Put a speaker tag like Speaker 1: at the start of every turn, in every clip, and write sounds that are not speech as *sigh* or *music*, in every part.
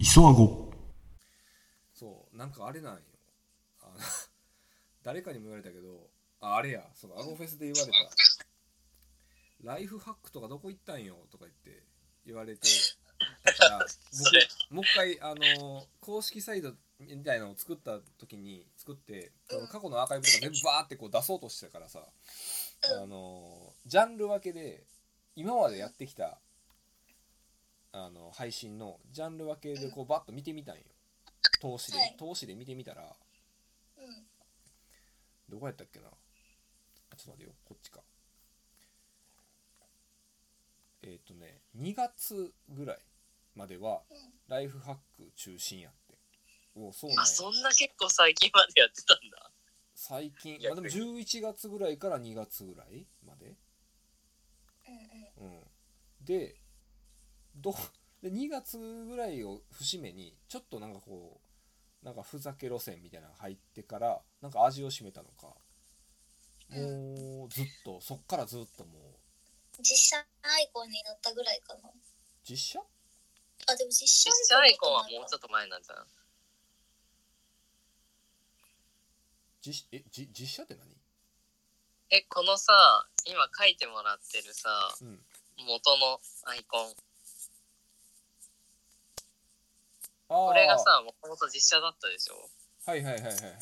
Speaker 1: 磯あご
Speaker 2: そうなんかあれなんよあの *laughs* 誰かにも言われたけどああれやそのアゴフェスで言われた「ライフハックとかどこ行ったんよ」とか言って言われてだから
Speaker 3: それ
Speaker 2: 僕もう一回あの公式サイトみたいなのを作った時に作ってその過去のアーカイブとか全部バーってこう出そうとしてたからさあのジャンル分けで今までやってきたあの配信のジャンル分けでこうバッと見てみたんよ投資で、
Speaker 3: はい
Speaker 2: 投資で見てみたら
Speaker 3: うん。
Speaker 2: どこやったっけなあちょっと待ってよこっちかえっ、とね2月ぐらいまでは
Speaker 3: うん
Speaker 2: ライフハック中心やっておそうなんや
Speaker 3: あ、そんな結構最近までやってたんだ。
Speaker 2: 最近
Speaker 3: いや
Speaker 2: まあでも11月ぐらいから2月ぐらいまで
Speaker 3: うんうん。
Speaker 2: うん、でどうで2月ぐらいを節目にちょっとなんかこうなんかふざけ路線みたいなのが入ってからなんか味を占めたのかもうずっとそっからずっともう
Speaker 4: 実写アイコンになったぐらいかな
Speaker 2: 実写
Speaker 4: あでも実
Speaker 3: 実
Speaker 4: 写
Speaker 3: 写アイコンはもうち
Speaker 4: ょ
Speaker 3: ょ
Speaker 4: っ
Speaker 3: っと前なんじゃない
Speaker 2: 実えじ実写って
Speaker 3: え、このさ、今書いてもらってるさ、
Speaker 2: 何うん
Speaker 3: 元のアイコン。
Speaker 2: あー
Speaker 3: これがさ、もともと実写だったでしょ。
Speaker 2: はいはいはいはいはいはいはい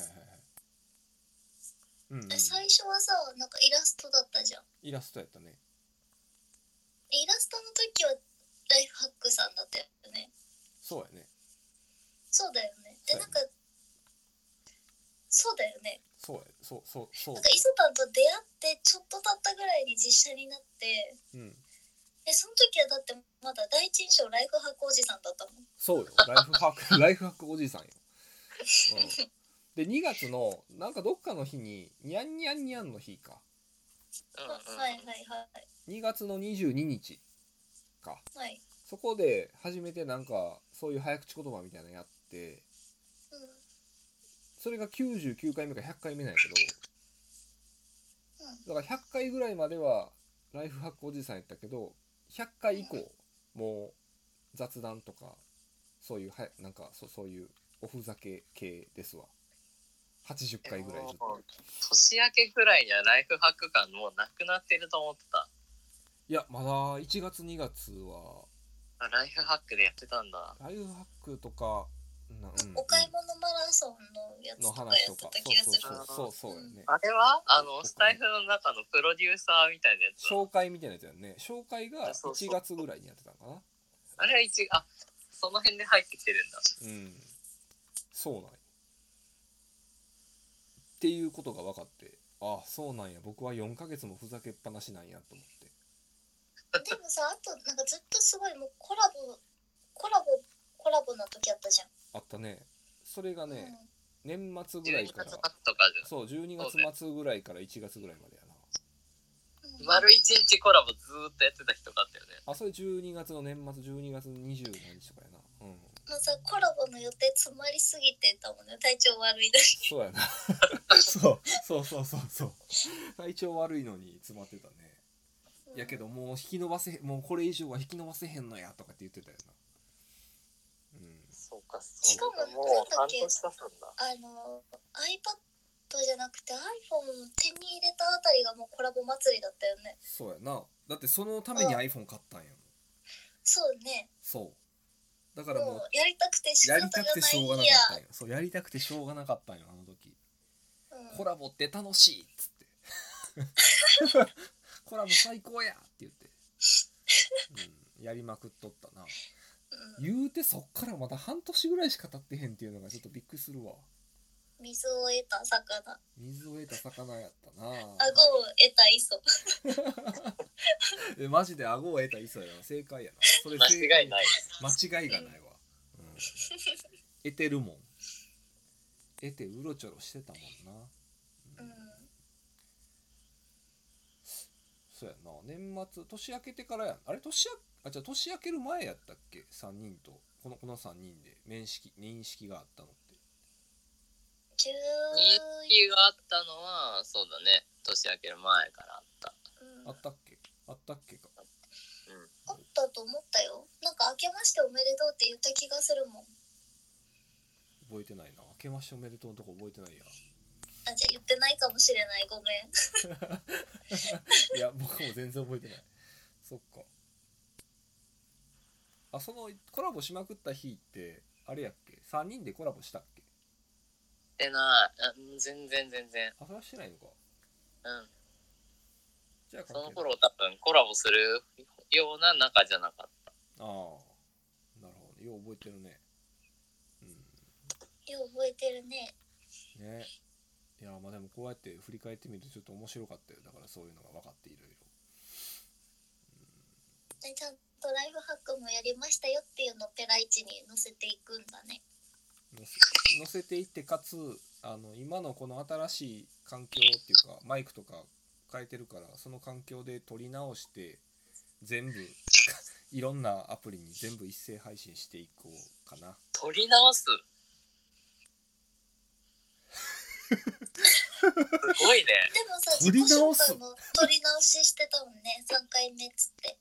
Speaker 2: うん、うん、
Speaker 4: 最初はさなんかイラストだったじゃん
Speaker 2: イラストやったね
Speaker 4: イラストの時はライフハックさんだったよね
Speaker 2: そうやね
Speaker 4: そうだよねで
Speaker 2: そうや
Speaker 4: な
Speaker 2: ね
Speaker 4: んかそうだよね
Speaker 2: そうやそうそうそう
Speaker 4: なんか磯田と出会ってちょっと経ったぐらいに実写になって
Speaker 2: うん
Speaker 4: えその時はだってまだ第一印象ライフハックおじさんだったもん
Speaker 2: そうよ。ライフハック、 *laughs* ライフハックおじいさんよ。うん、で、2月の、なんかどっかの日に、にゃんにゃんにゃんの日か。
Speaker 3: うんうん。
Speaker 4: はいはいはい
Speaker 2: 2月の22日か。
Speaker 4: はい
Speaker 2: そこで、初めてなんか、そういう早口言葉みたいなのやって、
Speaker 4: うん
Speaker 2: それが99回目か100回目なんやけど、だから100回ぐらいまでは、ライフハックおじいさんやったけど、100回以降、もう、雑談とか、そういうはや、なんか、そうそういう、おふざけ系ですわ。80
Speaker 3: え
Speaker 2: 回ぐらいずっと。
Speaker 3: もう年明けぐらいにはライフハック感もうなくなってると思ってた。
Speaker 2: いや、まだ1月2月は、
Speaker 3: あライフハックでやってたんだ。
Speaker 2: ライフハックとか、なうん
Speaker 4: お買い物マラソンのやつ
Speaker 2: の
Speaker 4: とか
Speaker 2: 話
Speaker 4: や
Speaker 2: と
Speaker 4: って
Speaker 2: か
Speaker 4: た、気が
Speaker 2: そう
Speaker 4: する
Speaker 2: そうそう、そうそうやね。
Speaker 3: あれはあ
Speaker 2: そう
Speaker 3: の、スタイフの中のプロデューサーみたいなやつ。
Speaker 2: 紹介みたいなやつやんね。紹介が
Speaker 3: そうそう
Speaker 2: 1月ぐらいにやってたのかな。
Speaker 3: あれは一、あ、その辺で入ってきてるんだ。
Speaker 2: うん。そうなんや。っていうことが分かって、ああ、そうなんや。僕は4ヶ月もふざけっぱなしなんやと思って。
Speaker 4: でもさあとなんかずっとすごいもうコラボコラボコラボの時あったじゃん、
Speaker 2: あったね。それがね、
Speaker 4: うん
Speaker 2: 年末ぐら
Speaker 3: 12
Speaker 2: い
Speaker 3: 月
Speaker 2: か
Speaker 3: 末
Speaker 2: ら
Speaker 3: と、かじゃ
Speaker 2: そう、12月末ぐらいから1月ぐらいまでやな。
Speaker 4: うん
Speaker 3: ん。丸一日コラボずーっとやってた人だったよね。
Speaker 2: あ、それ12月の年末、12月の20何日とかやな。うん。
Speaker 4: もうさコラボの予定詰まりすぎてたもんね体調悪いだけ
Speaker 2: そうやな。そう、そうそうそうそう。 *laughs* 体調悪いのに詰まってたね。やけどもう引き伸ばせへん、もうこれ以上は引き伸ばせへんのやとかって言ってたよな。うん。
Speaker 3: そうか、
Speaker 4: しか
Speaker 3: そうか。も
Speaker 4: も
Speaker 3: う
Speaker 4: な
Speaker 3: 半
Speaker 4: んだっけ
Speaker 3: 年経つんだ。
Speaker 4: あの iPad じゃなくて iPhone を手に入れたあたりがもうコラボ祭りだったよね
Speaker 2: そうやな。だってそのために iPhone 買ったんやもん。
Speaker 4: そうね
Speaker 2: そう。だからも
Speaker 4: も
Speaker 2: う
Speaker 4: う、やりたくて仕
Speaker 2: や
Speaker 4: 方
Speaker 2: り
Speaker 4: が
Speaker 2: たくてしょうが
Speaker 4: な
Speaker 2: ないか
Speaker 4: や
Speaker 2: ったんよ。そう、やりたくてしょうがなかったんよ、あの時。
Speaker 4: うん
Speaker 2: コラボって楽しいっつって。コラボ最高やって言って。うん、やりまくっとったな。
Speaker 4: うん
Speaker 2: 言うてそっからまた半年ぐらいしか経ってへんっていうのがちょっとびっくりするわ
Speaker 4: 水を得た魚
Speaker 2: 水を得た魚やったな
Speaker 4: 顎を得た磯
Speaker 2: えマジで顎を得た磯やな正解やなそれ正
Speaker 3: 間違いない。
Speaker 2: 間違いがないわ、うん、得てるもん得てうろちょろしてたもんな
Speaker 4: うん
Speaker 2: そうやな年末年明けてからやんあれ年明あじゃあ年明ける前やったっけ3人とこのこの3人で面識認識があったのって
Speaker 4: 十
Speaker 3: 認識があったのは、そうだね。年明ける前からあった。
Speaker 4: うん
Speaker 2: あ
Speaker 4: あ
Speaker 2: ったっけあったっけか
Speaker 3: うん。
Speaker 4: ったったと思ったよなんか「明けましておめでとう」って言った気がするもん
Speaker 2: 覚えてないな明けましておめでとうのとこ覚えてないや
Speaker 4: あじゃあ言ってないかもしれないごめん *laughs*
Speaker 2: いや僕も全然覚えてないそっかあそのコラボしまくった日ってあれやっけ3人でコラボしたっけ
Speaker 3: でなあうん全然全然
Speaker 2: あそれはしてないのか
Speaker 3: うん
Speaker 2: じゃあ関係
Speaker 3: そ
Speaker 2: ない
Speaker 3: の頃多分コラボするような仲じゃなかっ
Speaker 2: ああなるほどねよう覚えてるねう
Speaker 4: よう覚えてるね
Speaker 2: んねいやまあでもこうやって振り返ってみるとちょっと面白かったよだからそういうのが分かっていろいろ
Speaker 4: でちゃんとライフハックもやりましたよっていうのをペライチに載せていくんだね
Speaker 2: 載せ載せていってかつあの今のこの新しい環境っていうかマイクとか変えてるからその環境で撮り直して全部 *laughs* いろんなアプリに全部一斉配信していこうかな
Speaker 3: た取り直すすごいね
Speaker 4: でもさ
Speaker 2: 撮り直す
Speaker 4: 自己紹介も撮り直ししてたもんね3回目っつって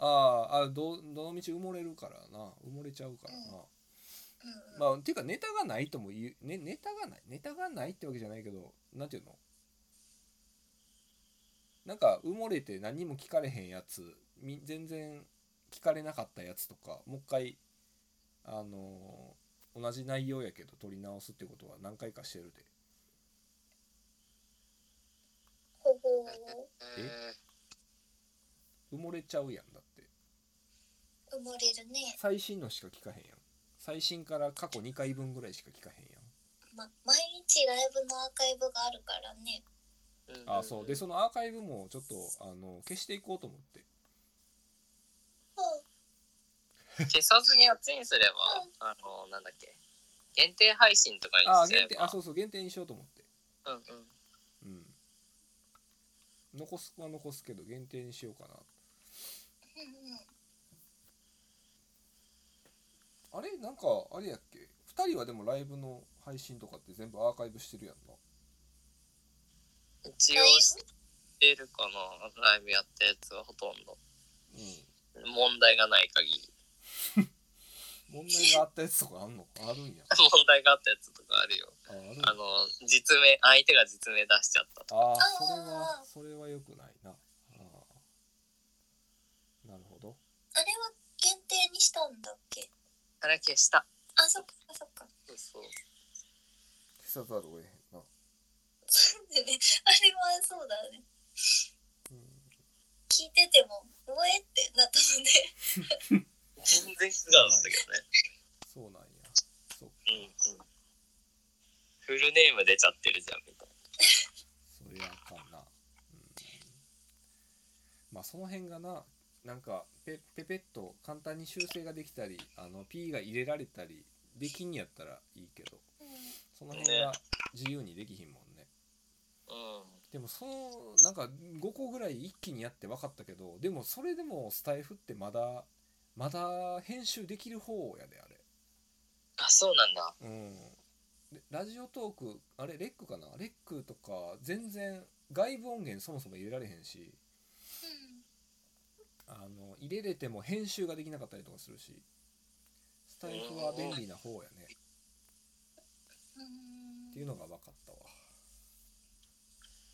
Speaker 2: あーあどどの道埋もれるからな埋もれちゃうからな、
Speaker 4: うんうん、
Speaker 2: まあっていうかネタがないとも言う、ね、ネタがないネタがないってわけじゃないけどなんていうのなんか埋もれて何も聞かれへんやつみ全然聞かれなかったやつとかもう一回あのー同じ内容やけど撮り直すってことは何回かしてるで
Speaker 4: ほほ
Speaker 2: え埋もれちゃうやんだって
Speaker 4: う埋もれるね
Speaker 2: 最新のしか聞かへんやん最新から過去2回分ぐらいしか聞かへんやん
Speaker 4: ま、毎日ライブのアーカイブがあるからね
Speaker 3: うん
Speaker 2: あそうでそのアーカイブもちょっとあの消していこうと思って
Speaker 4: うん
Speaker 3: 消さずにあっちにすればあのなんだっけ限定配信とか
Speaker 2: あー
Speaker 3: にすれば
Speaker 2: 限定あそうそう限定にしようと思って
Speaker 3: うんう
Speaker 2: う
Speaker 3: ん
Speaker 2: ん残すは残すけど限定にしようか
Speaker 4: うんうん
Speaker 2: なあれなんかあれやっけ2人はでもライブの配信とかって全部アーカイブしてるやんな
Speaker 3: 一応してるかなライブやったやつはほとんど
Speaker 2: う
Speaker 3: 問題がない限り *laughs*
Speaker 2: ん問題があったやつとかあんのあるんや
Speaker 3: 問題があったやつとかあるよ
Speaker 2: ああるん
Speaker 3: あ
Speaker 2: や
Speaker 3: の実名相手が実名出しちゃったと
Speaker 2: あー
Speaker 4: あ
Speaker 2: それは
Speaker 4: あ
Speaker 2: それはよくないなあーなるほど
Speaker 4: あれは限定にしたんだっけ
Speaker 3: あれは消した
Speaker 4: あそっかそっか
Speaker 3: そうそう
Speaker 2: 消さざるを得へんな、
Speaker 4: そうだねあれはそうだね
Speaker 2: うん
Speaker 4: 聞いてても「おえ?」ってなったので
Speaker 3: 全然違うんだけ
Speaker 2: そうなんやそう
Speaker 3: どねうんうんフルネーム出ちゃってるじゃんみたい
Speaker 2: そりゃあかんな、うん、まあその辺がななんかペペペッと簡単に修正ができたりあの P が入れられたりできんやったらいいけどその辺は自由にできひんもんね
Speaker 3: なうん
Speaker 2: でもそのなんか5個ぐらい一気にやって分かったけどでもそれでもスタイフってまだまだ編集できる方やであれ
Speaker 3: あそうなんだ
Speaker 2: うん、でラジオトークあれレックかなレックとか全然外部音源そもそも入れられへんし
Speaker 4: うん
Speaker 2: あの入れれても編集ができなかったりとかするしスタイフは便利な方やね
Speaker 4: う
Speaker 2: ってい
Speaker 4: ん
Speaker 2: うのが分かっ